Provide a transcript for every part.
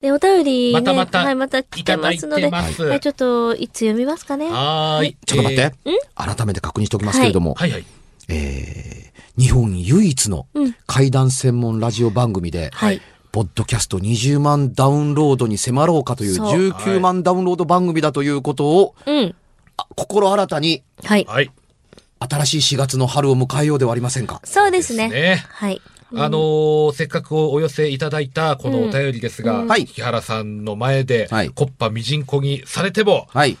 で、お便り、ね、またまたはい、また来てますので、いただいてますはい、ちょっと、いつ読みますかね。はーい。ちょっと待って、えーん改めて確認しておきますけれども、えー。はいはい。えー日本唯一のうん怪談専門ラジオ番組で、はいポッドキャスト20万ダウンロードに迫ろうかというそう19万ダウンロード番組だということを、うん。あ心新たにはい。はい。新しい4月の春を迎えようではありませんか。そうですね。ですねはい。あのーせっかくお寄せいただいたこのお便りですが、うんはい木原さんの前で、はいコッパみじんこにされても、はい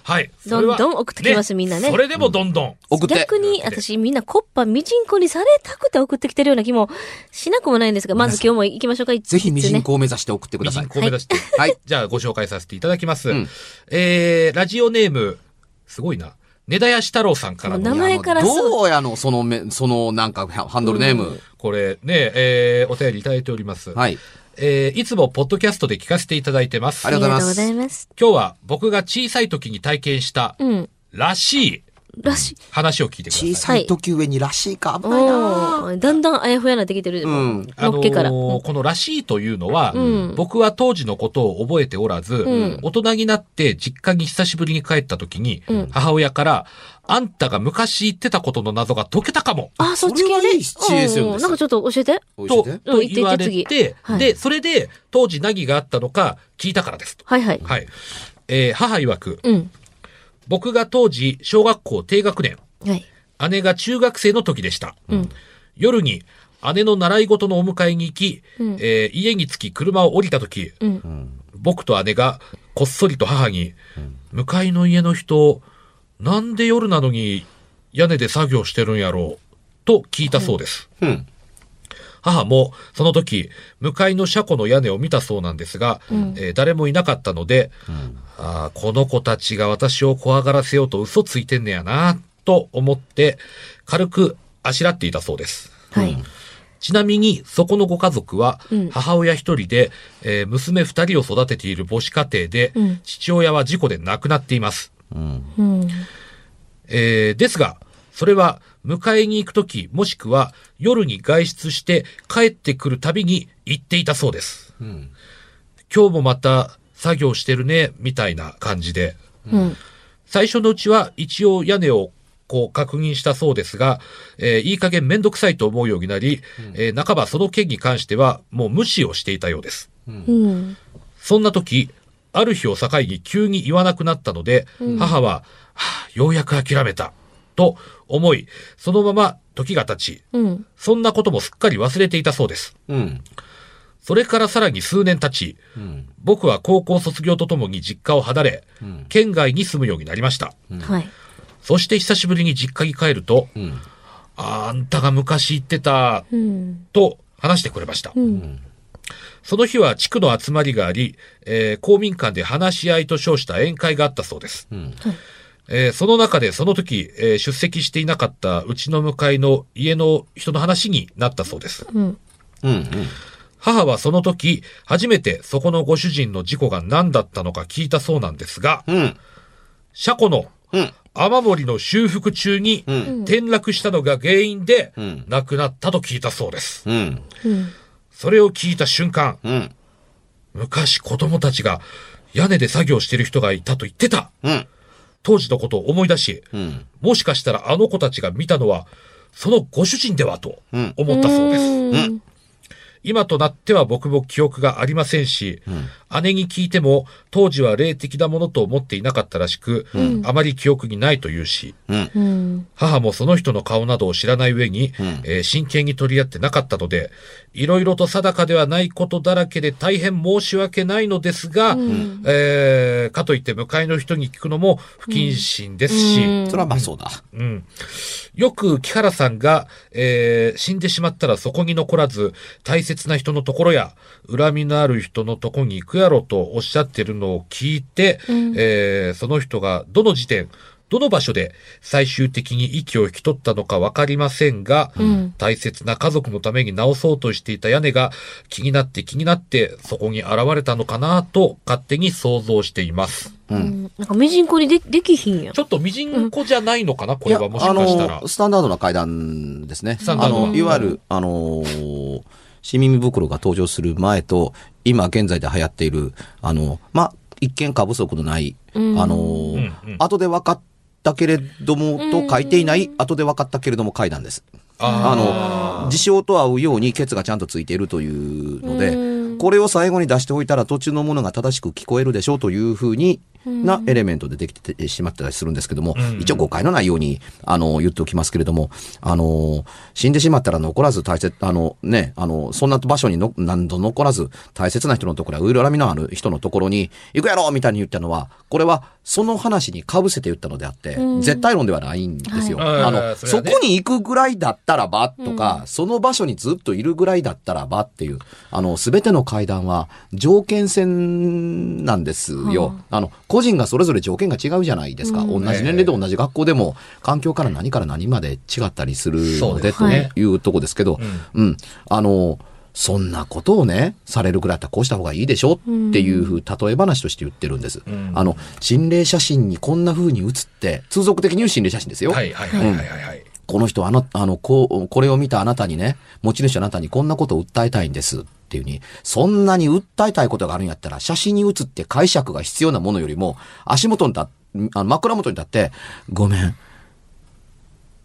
それはどんどん送ってきますみんなねそれでもどんどん。送って。逆に、私、みんなコッパみじんこにされたくて送ってきてるような気もしなくもないんですが、まず今日も行きましょうか、ぜひミジンコ。コを目指して送ってくみだじさいん。こを目指して。はい。じゃあご紹介させていただきます。うんえー、ラジオネーム、すごいな。根田屋志太郎さんか らもう名の、前からすぐどうやの、そのめ、そのなんかハハンドルネーム。これね、えー、お便りいただいております。はい。えー、いつもポッドキャストで聞かせていただいてます。ありがとうございます。今日は僕が小さい時に体験した、うん。らしいらしい。話を聞いてください小。さい時上にらしいか、危おないなーだんだんあやふやなってきてる。うんのっけから。あのーうんこのらしいというのは、うん僕は当時のことを覚えておらず、ん大人になって実家に久しぶりに帰った時に、うん母親から、あんたが昔言ってたことの謎が解けたかも、あ、そっち系それね。はいいシチュエーションですうんなんかちょっと教えて。おいしいとでうんと言って言われ、言ってはいで、それで当時何があったのか聞いたからですと。はいはい。はい。えー母曰く、うん。僕が当時小学校低学年、はい。姉が中学生の時でした。うん夜に姉の習い事のお迎えに行き、うんえー家に着き車を降りた時、うん。僕と姉がこっそりと母に、向かいの家の人、なんで夜なのに屋根で作業してるんやろう、と聞いたそうです。うん。母もその時、向かいの車庫の屋根を見たそうなんですが、えー誰もいなかったので、あーこの子たちが私を怖がらせようと嘘ついてんねやな、と思って、軽くあしらっていたそうです。はい。ちなみに、そこのご家族はうん、母親一人で、えー娘二人を育てている母子家庭で、うん父親は事故で亡くなっています。うん。うん。えーですが、それは、迎えに行くとき、もしくは、夜に外出して帰ってくるたびに行っていたそうです。うん。今日もまた作業してるね、みたいな感じで。うん。最初のうちは一応屋根をこう確認したそうですが、えーいい加減めんどくさいと思うようになり、えー半ばその件に関してはもう無視をしていたようです。うん。そんな時、ある日を境に急に言わなくなったので、母は、はあようやく諦めた、と思い、そのまま時が経ち、うん。そんなこともすっかり忘れていたそうです。うん。それからさらに数年経ち、うん。僕は高校卒業とともに実家を離れ、うん県外に住むようになりました。はい。そして久しぶりに実家に帰ると、うん。あんたが昔言ってた、うん。と話してくれました。うん。その日は地区の集まりがあり、えー公民館で話し合いと称した宴会があったそうです。うん。えーその中でその時、えー出席していなかったうちの向かいの家の人の話になったそうです。うん。うん。母はその時、初めてそこのご主人の事故が何だったのか聞いたそうなんですが、うん。車庫のうん。雨漏りの修復中にうん転落したのが原因でうん亡くなったと聞いたそうです。うん。うん。それを聞いた瞬間、うん。昔子供たちが屋根で作業してる人がいたと言ってたうん。当時のことを思い出し、うん。もしかしたらあの子たちが見たのは、そのご主人ではとうん思ったそうです。うん。今となっては僕も記憶がありませんし、姉に聞いても当時は霊的なものと思っていなかったらしく、あまり記憶にないというし、うん。うん。母もその人の顔などを知らない上に、うんえー真剣に取り合ってなかったので、いろいろと定かではないことだらけで大変申し訳ないのですが、んえーかといって向かいの人に聞くのも不謹慎ですし、うんそれはまあそうだ。よく木原さんが、えー死んでしまったらそこに残らず、大切な人のところや、恨みのある人のとこに行くやろとおっしゃってるのを聞いて、うんえーその人がどの時点、どの場所で最終的に息を引き取ったのかわかりませんが、ん大切な家族のために直そうとしていた屋根が気になって気になってそこに現れたのかなと勝手に想像しています。うん。なんか、みじんこにでできひんやんち。ょっとミジンコじゃないのかなこれはもしかしたいやらあの。スタンダードな階段ですね。スタンダあードなの、いわゆる、あのー新耳袋が登場する前と、今現在で流行っている、あの、まあ、一見過不足のない、うんあのうんー、うん後で分かったけれどもと書いていない、後で分かったけれども書いたんです。あの、事象と合うようにケツがちゃんとついているというのうで、んこれを最後に出しておいたら途中のものが正しく聞こえるでしょうというふうに、なエレメントでできてしまったりするんですけども、うん一応誤解のないように、あの、言っておきますけれども、あの、死んでしまったら残らず大切、あのね、あの、そんな場所にの何度残らず大切な人のところや、恨みのある人のところに、行くやろみたいに言ったのは、これはその話に被せて言ったのであって、うん絶対論ではないんですよ。はいああの、ーそれそはねこに行くぐらいだったらばとか、その場所にずっといるぐらいだったらばっていう、あの、すべての会談は条件戦なんですよ。あの、個人がそれぞれ条件が違うじゃないですか。うん同じ年齢で同じ学校でも、環境から何から何まで違ったりするそのうでですとねいうとこですけど、うん、あの、そんなことをね、されるぐらいだったらこうした方がいいでしょっていうふう、例え話として言ってるんです。うんあの、心霊写真にこんな風に写って、通俗的に言う心霊写真ですよ。はいはいはいはいはいはい。この人あな、あの、こう、これを見たあなたにね、持ち主あなたにこんなことを訴えたいんですっていうふうに、そんなに訴えたいことがあるんやったら、写真に写って解釈が必要なものよりも、足元にだ、あの枕元に立って、ごめん、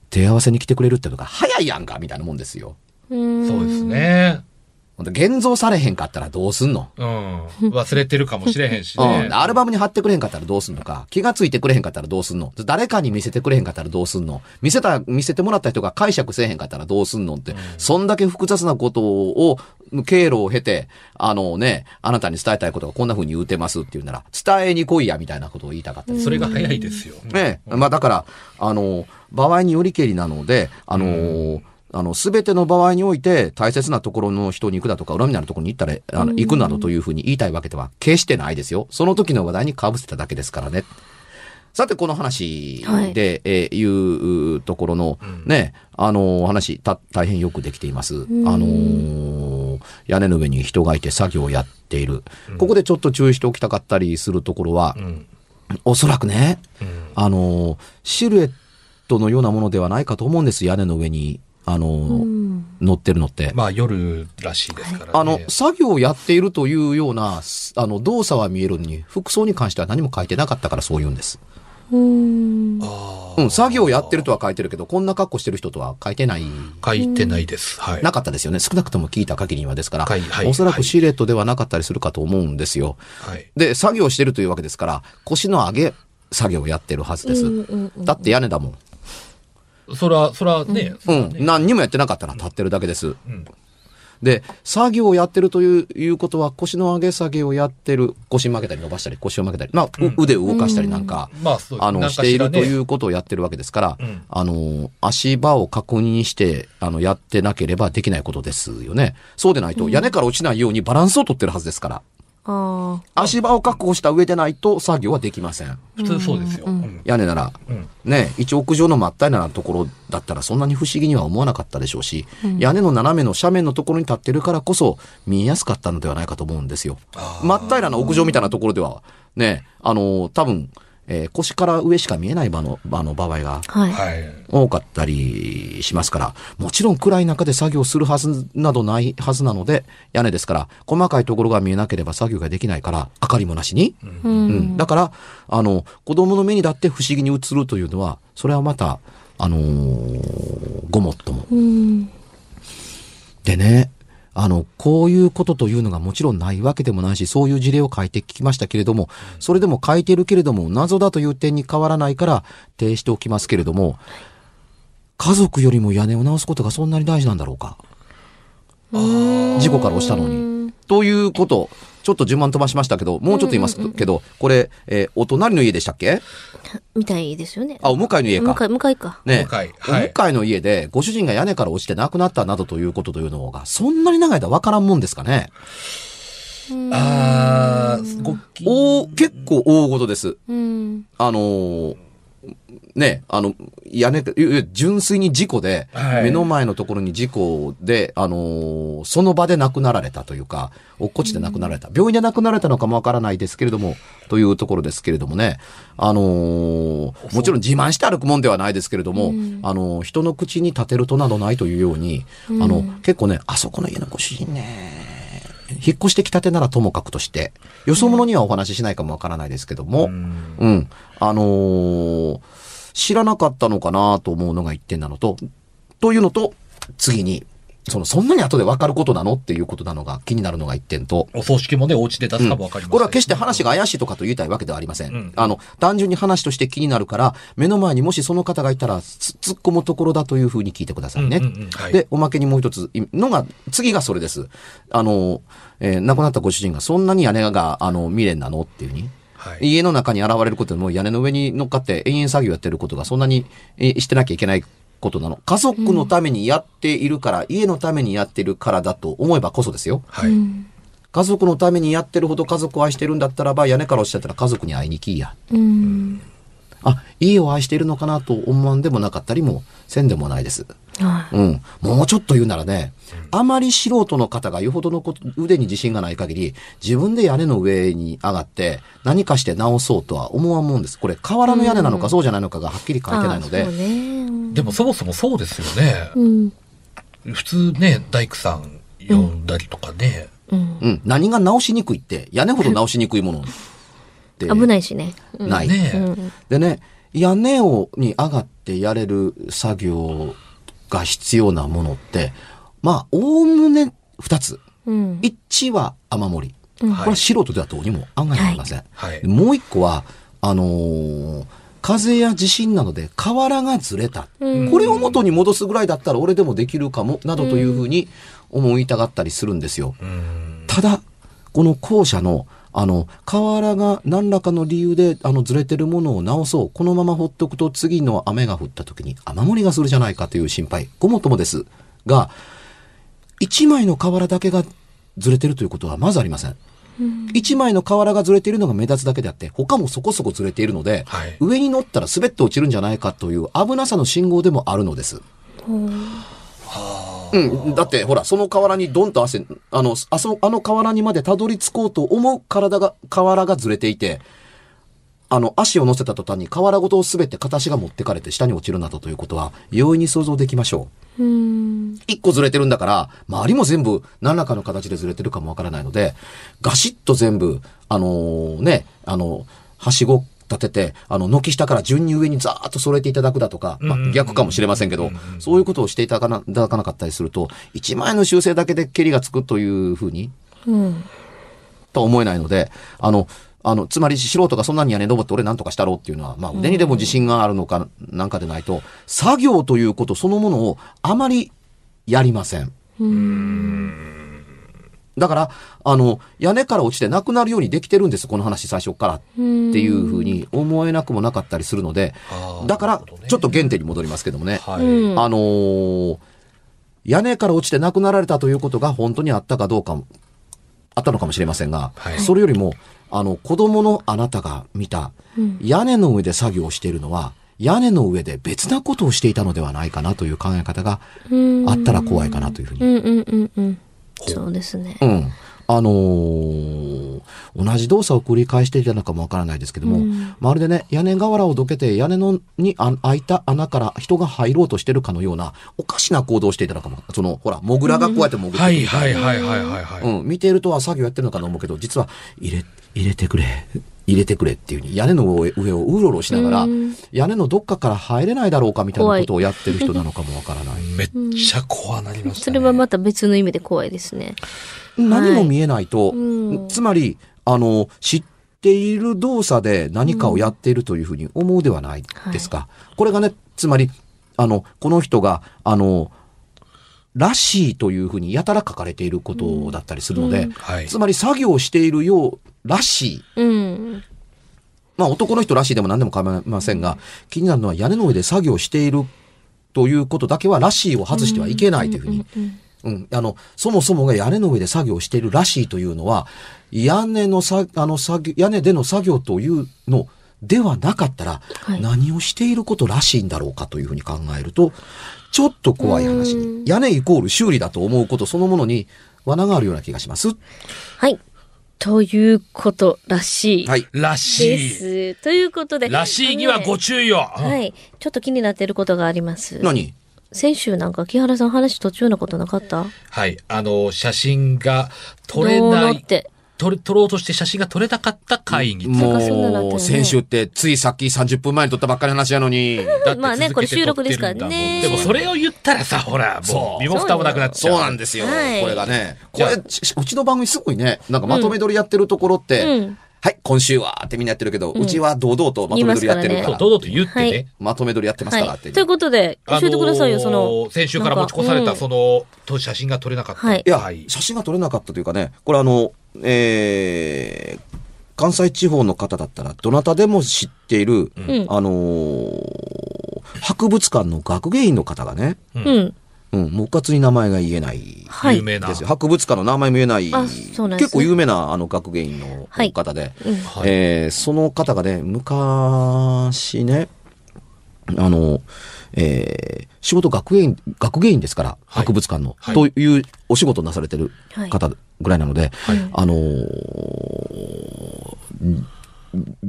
手合わせに来てくれるってのが早いやんか、みたいなもんですよ。うんそうですね。ほんと現像されへんかったらどうすんのうん。 忘れてるかもしれへんしうね。ん、アルバムに貼ってくれへんかったらどうすんのか、気がついてくれへんかったらどうすんの、誰かに見せてくれへんかったらどうすんの、見せた、見せてもらった人が解釈せえへんかったらどうすんのって、そんだけ複雑なことを、経路を経て、あのね、あなたに伝えたいことがこんな風に言うてますって言うなら、伝えに来いや、みたいなことを言いたかったりするそれが早いですよ。ねえ、まあだから、あの、場合によりけりなので、あの、あの、すべての場合において、大切なところの人に行くだとか、恨みのあるところに行ったら、あの、行くなどというふうに言いたいわけでは、決してないですよ。その時の話題に被せただけですからね。さて、この話で、はいえーいうところの、ね、あの、お話、た、大変よくできています。あのー屋根の上に人がいて作業をやっている。ここでちょっと注意しておきたかったりするところは、うん。おそらくね、うんあの、シルエットのようなものではないかと思うんです、屋根の上に、あの、うん乗ってるのって。まあ夜らしいですからね。あの、作業をやっているというような、すあの、動作は見えるのに、服装に関しては何も書いてなかったからそう言うんです。うんあうーん、作業をやってるとは書いてるけど、こんな格好してる人とは書いてない。書いてないです。はい。なかったですよね。少なくとも聞いた限りはですから、はいはいおそらはくいシルエットではなかったりするかと思うんですよ。はい。で、作業してるというわけですから、腰の上げ作業をやってるはずです。うんうんうんだって屋根だもん。そら、そらね。そうらん、ね何にもやってなかったら立ってるだけです。うんで、作業をやってるといういうことは、腰の上げ下げをやってる、腰曲げたり伸ばしたり、腰を曲げたり、まあ、う腕を動かしたりなんか、まあそうですなあの、んかしているとしらいねうことをやってるわけですから、うんあの、足場を確認して、あの、やってなければできないことですよね。そうでないと、屋根から落ちないようにバランスを取ってるはずですから、あ足場を確保した上でないと作業はできません。普通そうですよ。うん屋根なら、うんね、一応屋上の真っ平らなところだったらそんなに不思議には思わなかったでしょうし、屋根の斜めの斜面のところに立ってるからこそ見えやすかったのではないかと思うんですよ。あ真っ平らな屋上みたいなところでは、ね、あの、多分、えー腰から上しか見えない場の、場の場合があはいはい。多かったりしますから、もちろん暗い中で作業するはずなどないはずなので、屋根ですから、細かいところが見えなければ作業ができないから、明かりもなしに、ううん、んだからあの子供の目にだって不思議に映るというのはそれはまたあのーごもっとも。うんでねあのこういうことというのがもちろんないわけでもないしそういう事例を書いて聞きましたけれどもそれでも書いているけれども謎だという点に変わらないから提しておきますけれども家族よりも屋根を直すことがそんなに大事なんだろうか事故から落ちたのに。ということちょっと順番飛ばしましたけどもうちょっと言いますけどこれ、えーお隣の家でしたっけみたいですよねあ、お向かいの家向かか。い向かいかね、お向かいはいお向かいの家で、ご主人が屋根から落ちて亡くなったなどということというのが、そんなに長い間わからんもんですかね。ああ、ご近お結構大事です。うんあのーね、あの、屋根、いやいや純粋に事故で、はい目の前のところに事故で、あのーその場で亡くなられたというか、落っこちて亡くなられた。病院で亡くなられたのかもわからないですけれども、というところですけれどもね、あのーもちろん自慢して歩くもんではないですけれども、あのー人の口に立てるとなどないというように、あの、結構ね、あそこの家のご主人ね、引っ越してきたてならともかくとして、よそ者にはお話ししないかもわからないですけども、うん。あのー知らなかったのかなと思うのが一点なのと、というのと、次に、その、そんなに後で分かることなのっていうことなのが気になるのが一点と、お葬式もね、お家で出すかもわかります、これは決して話が怪しいとかと言いたいわけではありません。うんあの、単純に話として気になるから、目の前にもしその方がいたら、つ突っ込むところだというふうに聞いてくださいね。うんうんうんはいで、おまけにもう一ついのが、次がそれです。あの、えー亡くなったご主人がそんなに屋根が、あの、未練なのっていうふうに。はい。家の中に現れることでもう屋根の上に乗っかって延々作業やってることがそんなにえーしてなきゃいけないことなの。家族のためにやっているから、家のためにやってるからだと思えばこそですよ。はい。家族のためにやってるほど家族を愛してるんだったらば、屋根から落ちちゃったら家族に会いに来いや。うん。あ、家を愛しているのかなと思わんでもなかったりもせんでもないです。はうん。もうちょっと言うならね、あまり素人の方がよほどのこと腕に自信がない限り、自分で屋根の上に上がって何かして直そうとは思わんもんです。これ瓦の屋根なのかそうじゃないのかがはっきりい。書いてないのあでそう、ね。うんでもそもそもそうですよね。うん。普通ね、大工さん呼んだりとかね。うん。うん。何が直しにくいって、屋根ほど直しにくいものって。危ないいしね。うんない。ねえ、でね、屋根をに上がってやれる作業が必要なものって、まあ、おおむね二つ。うん。一は雨漏り。うんこれは素人ではどうにも案外ありません。はい。もう一個は、あのー風や地震などで瓦がずれた。うんこれを元に戻すぐらいだったら俺でもできるかも、などというふうに思いたがったりするんですよ。うん。ただ、この校舎の、あの、瓦が何らかの理由で、あの、ずれてるものを直そう。このまま放っとくと、次の雨が降った時に雨漏りがするじゃないかという心配。ごもっともです。が、一枚の瓦だけがずれてるということはまずありません。一枚の瓦がずれているのが目立つだけであって、他もそこそこずれているので、はい上に乗ったら滑って落ちるんじゃないかという危なさの信号でもあるのです。うん、だってほら、その河原にドンと汗、あの、あそあの河原にまでたどり着こうと思う体が、河原がずれていて、あの、足を乗せた途端に河原ごとすべて形が持ってかれて下に落ちるなどということは、容易に想像できましょう。うん。一個ずれてるんだから、周りも全部何らかの形でずれてるかもわからないので、ガシッと全部、あのーね、あの、はしご立てて、あの、軒下から順に上にザーッと揃えていただくだとか、まあ、逆かもしれませんけど、そういうことをしていただかな、いただかなかったりすると、一枚の修正だけで蹴りがつくというふうに、うん。とは思えないので、あの、あの、つまり素人がそんなに屋根登って俺なんとかしたろうっていうのは、まあ腕にでも自信があるのかなんかでないと、作業ということそのものをあまりやりません。だから、あの、屋根から落ちてなくなるようにできてるんです、この話最初からっていうふうに思えなくもなかったりするのであ、ーだかならるほどね、ちょっと原点に戻りますけどもね。はい。あのー屋根から落ちて亡くなられたということが本当にあったかどうかも、あったのかもしれませんが、はいそれよりも、あの、子供のあなたが見た、屋根の上で作業をしているのは、屋根の上で別なことをしていたのではないかなという考え方があったら怖いかなというふうにうんうんうんうん。そうですね。うん。あのー同じ動作を繰り返していたのかもわからないですけども、まるでね、屋根瓦をどけて屋根のにあ開いた穴から人が入ろうとしてるかのような、おかしな行動をしていたのかも。その、ほら、モグラがこうやって潜ってくるはいはいはいはいはいはい。うん、見ているとは作業やってるのかと思うけど、実は、入れ、入れてくれ、入れてくれっていう風に、屋根の上上をうろうろしながら、屋根のどっかから入れないだろうかみたいなことをやってる人なのかもわから ない。めっちゃ怖なりましそたね。れはまた別の意味で怖いですね。何も見えないと、うんつまり、あの、知っている動作で何かをやっているというふうに思うではないですか。これがね、つまり、あの、この人が、あの、らしいというふうにやたら書かれていることだったりするので、はい。つまり作業をしているようらしい。うん。まあ男の人らしいでも何でも構いませんが、気になるのは屋根の上で作業しているということだけはらしいを外してはいけないというふうに。うん。あの、そもそもが屋根の上で作業しているらしいというのは、屋根のさ、あの作業、屋根での作業というの、ではなかったら、はい何をしていることらしいんだろうかというふうに考えると、ちょっと怖い話に、屋根イコール修理だと思うことそのものに罠があるような気がします。はい。ということらしい。はい。らしでい。す。ということで。らしいにはご注注意を。はい。ちょっと気になっていることがあります。何先週なんか木原さん話途中のことなかったはい。あの、写真が撮れどうなのっい。て。撮れ撮ろうとして写真が撮れなかった会議。んなんかそんなのあったよねもう、先週って、ついさっき30分前に撮ったばっかりの話や のに。だってまあね続けて撮ってるんだもんこれ収録ですからねでもそれを言ったらさ、ほら、もそう、う身も蓋もなくなっちゃ。そううなんですよ。はいこれがね。こじゃあれ、ししうちの番組すごいね、なんかまとめ撮りやってるところって、うんはい、今週はってみんなやってるけど、うちは堂々とまとめ撮りやってる言いますからかそう堂ら、々と言ってはね。いまとめ撮りやってますからはっい。て。といういことで、教えてくださいよ、その。先週から持ち越されなた、んかその、と写真が撮れなかった。はいや、はい写真が撮れなかったというかね、これあの、えー、関西地方の方だったら、どなたでも知っている、んあのー博物館の学芸員の方がね、うん。うん、もううかつに名前が言えない。はい。有名な。ですよ博物館の名前も言えない、あそうなんです結構有名なあの学芸員のはい方で、うんはいえーその方がね、昔ね、あの、えー仕事学芸員、学芸員ですから、はい博物館の、はいというお仕事をなされてる方ぐらいなので、あのー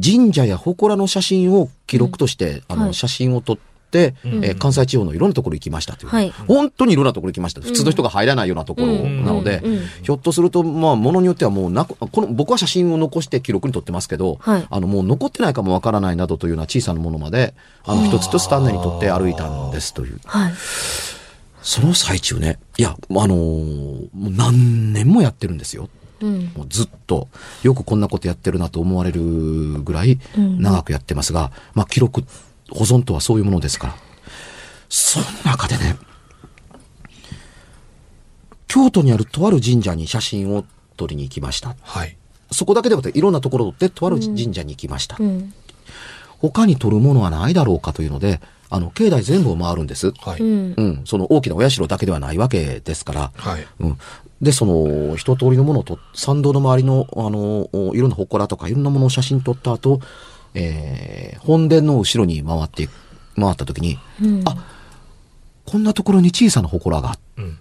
神社や祠の写真を記録として、あの、はい写真を撮って、うんえー関西地方のいろんなところ行きましたという、はい本当にいろんなところ行きました。普通の人が入らないようなところなので、うんうんうんひょっとすると、まあ、ものによってはもうなく、この、僕は写真を残して記録に撮ってますけど、はいあの、もう残ってないかもわからないなどというような小さなものまで、あの、一つ一つ丹念に撮って歩いたんですという。はい。その最中ね、いや、あのーもう何年もやってるんですよ。うん。もうずっと、よくこんなことやってるなと思われるぐらいうん長くやってますが、まあ記録、保存とはそういうものですから。その中でね、京都にあるとある神社に写真を撮りに行きました。はい。そこだけではなくて、いろんなところを撮ってとある神社に行きました。うん。。他に撮るものはないだろうかというので、あの、境内全部を回るんです。はいうん。うん、その大きなお社だけではないわけですから、はい。うん。で、その、一通りのものをと、参道の周りの、あの、おいろんな祠とかいろんなものを写真撮った後、えー、本殿の後ろに回って、回った時に、うん。こんなところに小さな祠が、うん。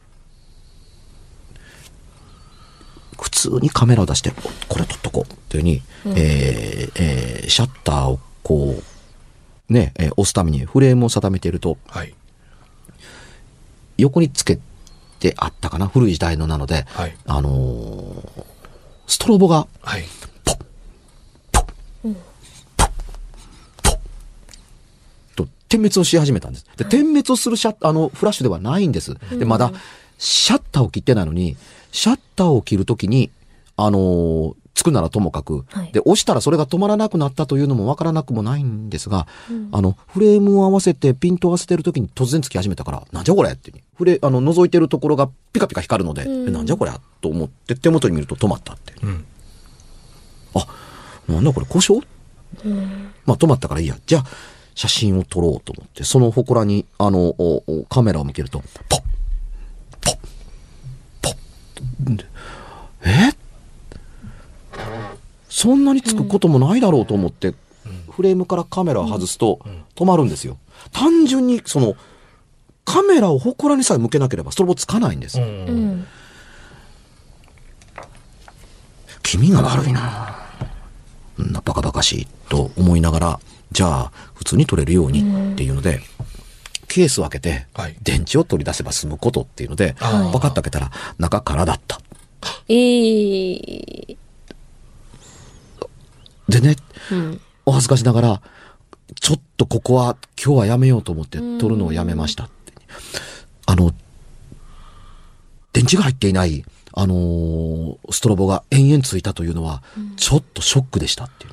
普通にカメラを出して、これ撮っとこう、というふうに、えーえーシャッターをこう、ね、えー押すためにフレームを定めていると、はい。横につけてあったかな、古い時代のなので、はいあのーストロボがはい。と点滅をし始めたんです。で、点滅をするシャッあの、フラッシュではないんです。で、まだ、シャッターを切ってないのに、シャッターを切るときに、あのーつくならともかくはい、で、押したらそれが止まらなくなったというのもわからなくもないんですが、あの、フレームを合わせて、ピントを合わせてるときに突然つき始めたから、なんじゃこれっていう。フレ、あの、覗いてるところがピカピカ光るので、うんえなんじゃこれと思って、手元に見ると止まったって。うん。なんだこれ故障、まあ止まったからいいや。じゃあ、写真を撮ろうと思って、その祠に、あの、おおカメラを向けると、ポッポッポッでえそんなにつくこともないだろうと思って、フレームからカメラを外すと、止まるんですよ。単純に、その、カメラを祠にさえ向けなければ、それもつかないんです。うんうん。気味が悪いなそんなバカバカしいと思いながらじゃあ普通に取れるようにっていうので、ケースを開けて、はい電池を取り出せば済むことっていうのであーパカッと開けたら中空だったえー。でねうん。お恥ずかしながらちょっとここは今日はやめようと思って取るのをやめましたってあの電池が入っていないあのーストロボが延々ついたというのはちょっとショックでしたっていう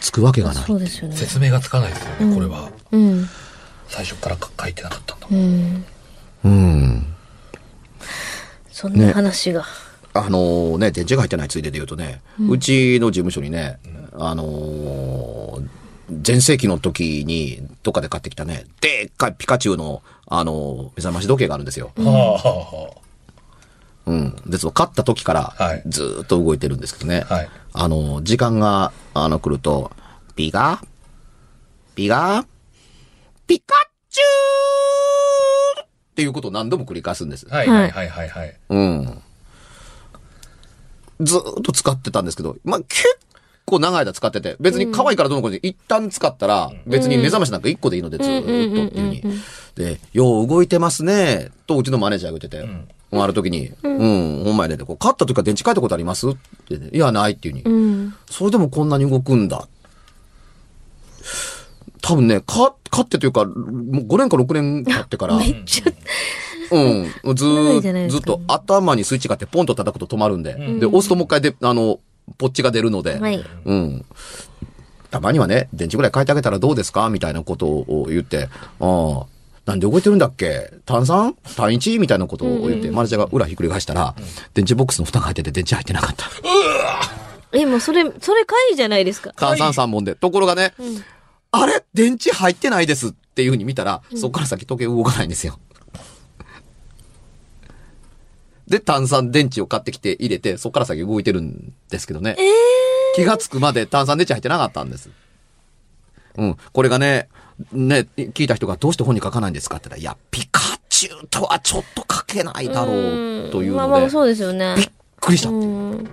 つくわけがないそうですよね。説明がつかないですよね、これは。うん。最初からか書いてなかったんだもん。うん。うんそんな話が。あのね、電池が入ってないついでで言うとね、うちの事務所にね、あのー前世紀の時に、どっかで買ってきたね、でっかいピカチュウの、あのー目覚まし時計があるんですよ。はあはうん。です買った時からはい、ずーっと動いてるんですけどね。はいあのー時間が、あの、来ると、ピカピが、ピカチューっていうことを何度も繰り返すんです。はいはいはいはいはい。うん。ずーっと使ってたんですけど、まあ、結構長い間使ってて、別に可愛いからどうのこうの一旦使ったら、別に目覚ましなんか一個でいいので、ずーっとっていう風に。で、よう動いてますね、とうちのマネージャーが言ってて、終わる時に、うん、ほんまやねって、こう、勝った時から電池変えたことありますって、ね、いや、ないっていう風に。うん。それでもこんなに動くんだ。多分ね、か、勝ってというか、もう5年か6年経って から、めっちゃ、うん。ずないじゃないーですずっかと頭にスイッチがあって、ポンと叩くと止まるんで。で、押すともう一回で、あの、ポッチが出るので。はいうん。たまにはね、電池ぐらい変えてあげたらどうですかみたいなことを言って、ああ、なんで動いてるんだっけ炭酸単一みたいなことを言って、マネージャーが裏ひっくり返したら、電池ボックスの蓋が入ってて電池入ってなかった。え、もうそれ、それ会議じゃないですか。換算三本で。ところがね、あれ電池入ってないですっていうふうに見たら、そこから先時計動かないんですよ。で、炭酸電池を買ってきて入れて、そこから先動いてるんですけどね。気がつくまで炭酸電池入ってなかったんです。うん。これがね、ね、聞いた人がどうして本に書かないんですかって言ったら、いや、ピカチュウとはちょっと書けないだろうというまあまのあ、で、そうですよねび。っくりした。うん。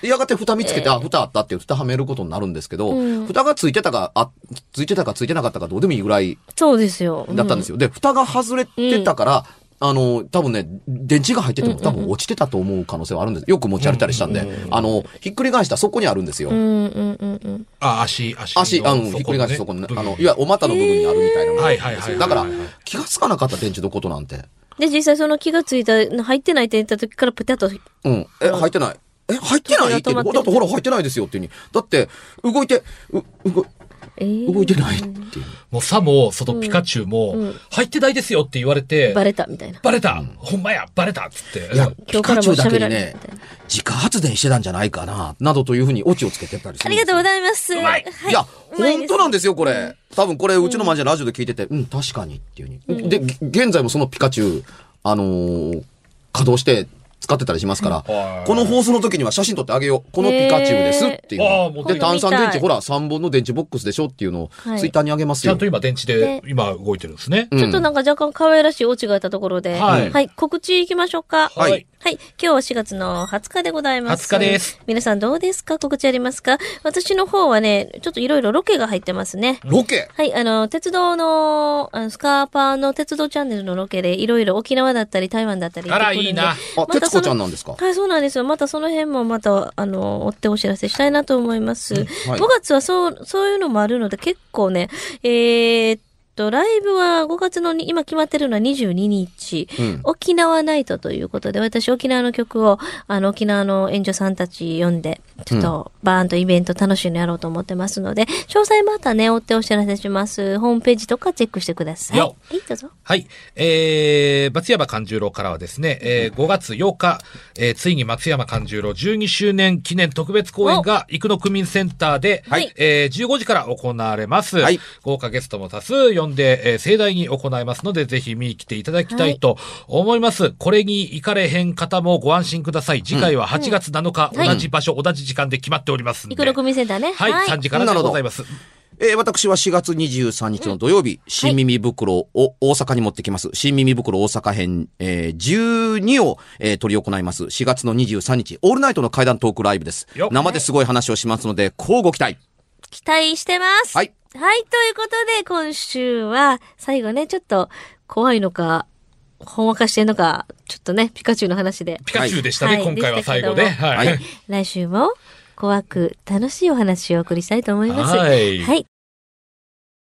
やがて蓋見つけて、あ、蓋あったっていう蓋はめることになるんですけど、うん蓋がついてたか、あ、ついてたかついてなかったかどうでもいいぐらいそうですよ。だったんですよ。で、蓋が外れてたから、あの、多分ね、電池が入ってても多分落ちてたと思う可能性はあるんです。よく持ち歩いたりしたんで、あの、ひっくり返したらそこにあるんですよ。うん。うんうんうんうん。あ、足、足の。足、あの、ひっくり返してそこに、あの、いわゆるお股の部分にあるみたいなものなんですよえーはいはいはいはいはいだから、気がつかなかった電池のことなんて。で、実際その気がついた、入ってないって言った時から、プタッと、うん。え、入ってない。え、入ってないって時計が止まだっるっててほら入ってないですよっていうに。だって、動いて、う、動いえー動いてないっていう。もうさも、そのピカチュウも、入ってないですよって言われて、バレたみたいな。バレた、ほんまやバレたっつって。いや、今ピ日かカらチもュうウだけ喋らにれないね、自家発電してたんじゃないかな、などというふうにオチをつけてたりすあるんりですよ。がとうございます。うまいはいや、うまいで本当なんですよ、こうれ。多分これ、うちのマネージャーラジオで聞いてて、うん、確かにっていうふうに。で、げ現在もそのピカチュウ、あのー稼働して使ってたりしますからは、いこの放送の時には写真撮ってあげよう。このピカチュウですっていうへーあーもの。うで、炭酸今度電見た池、いほら、3本の電池ボックスでしょっていうのをはいツイッターにあげますちゃよんと。今電池でで、今動いてるんですね。ちょっとなんか若干可愛らしいオチがあったところで、はい告知行きましょうか。はいはい。今日は4月の20日でございます。 20日です。皆さんどうですか告知ありますか私の方はね、ちょっといろいろロケが入ってますね。ロケはい、あの、鉄道の、あのスカーパーの鉄道チャンネルのロケで、いろいろ沖縄だったり台湾だったり行ってくるんで。あらいいなまあ、た徹その子ちゃんなんですかはい、そうなんですよ。またその辺もまた、あの、追ってお知らせしたいなと思います。はい5月はそう、そういうのもあるので、結構ね、えーっと、ライブは5月のに、今決まってるのは22日、うん沖縄ナイトということで、私沖縄の曲を、あの、沖縄の演者さんたち読んで、ちょっと、バーンとイベント楽しいのやろうと思ってますので、詳細またね、追ってお知らせします。ホームページとかチェックしてください。はいよ、どうぞ。はい。えー、松山勘十郎からはですね、えー5月8日、えーついに松山勘十郎12周年記念特別公演が、生野区民センターで、はいえー15時から行われます。はい豪華ゲストも多数呼んで、えー盛大に行いますので、ぜひ見に来ていただきたいと思います。これに行かれへん方もご安心ください。次回は8月7日、うんはい同じ場所、同じ時間で決まっておりますんイで。クロ組センターね。はい、はい3時からでございます。えー私は4月23日の土曜日、新耳袋を大阪に持ってきます。新耳袋大阪編、えー12を、えー取り行います。4月の23日、オールナイトの怪談トークライブですよ。生ですごい話をしますので、乞うご期待。期待してます。はい。はい、ということで、今週は、最後ね、ちょっと、怖いのか、ほんわかしてんのか、ちょっとね、ピカチュウの話で。ピカチュウでしたね、はい今回は最後で。でしたけどはいはい来週も、怖く、楽しいお話をお送りしたいと思います。はいはい。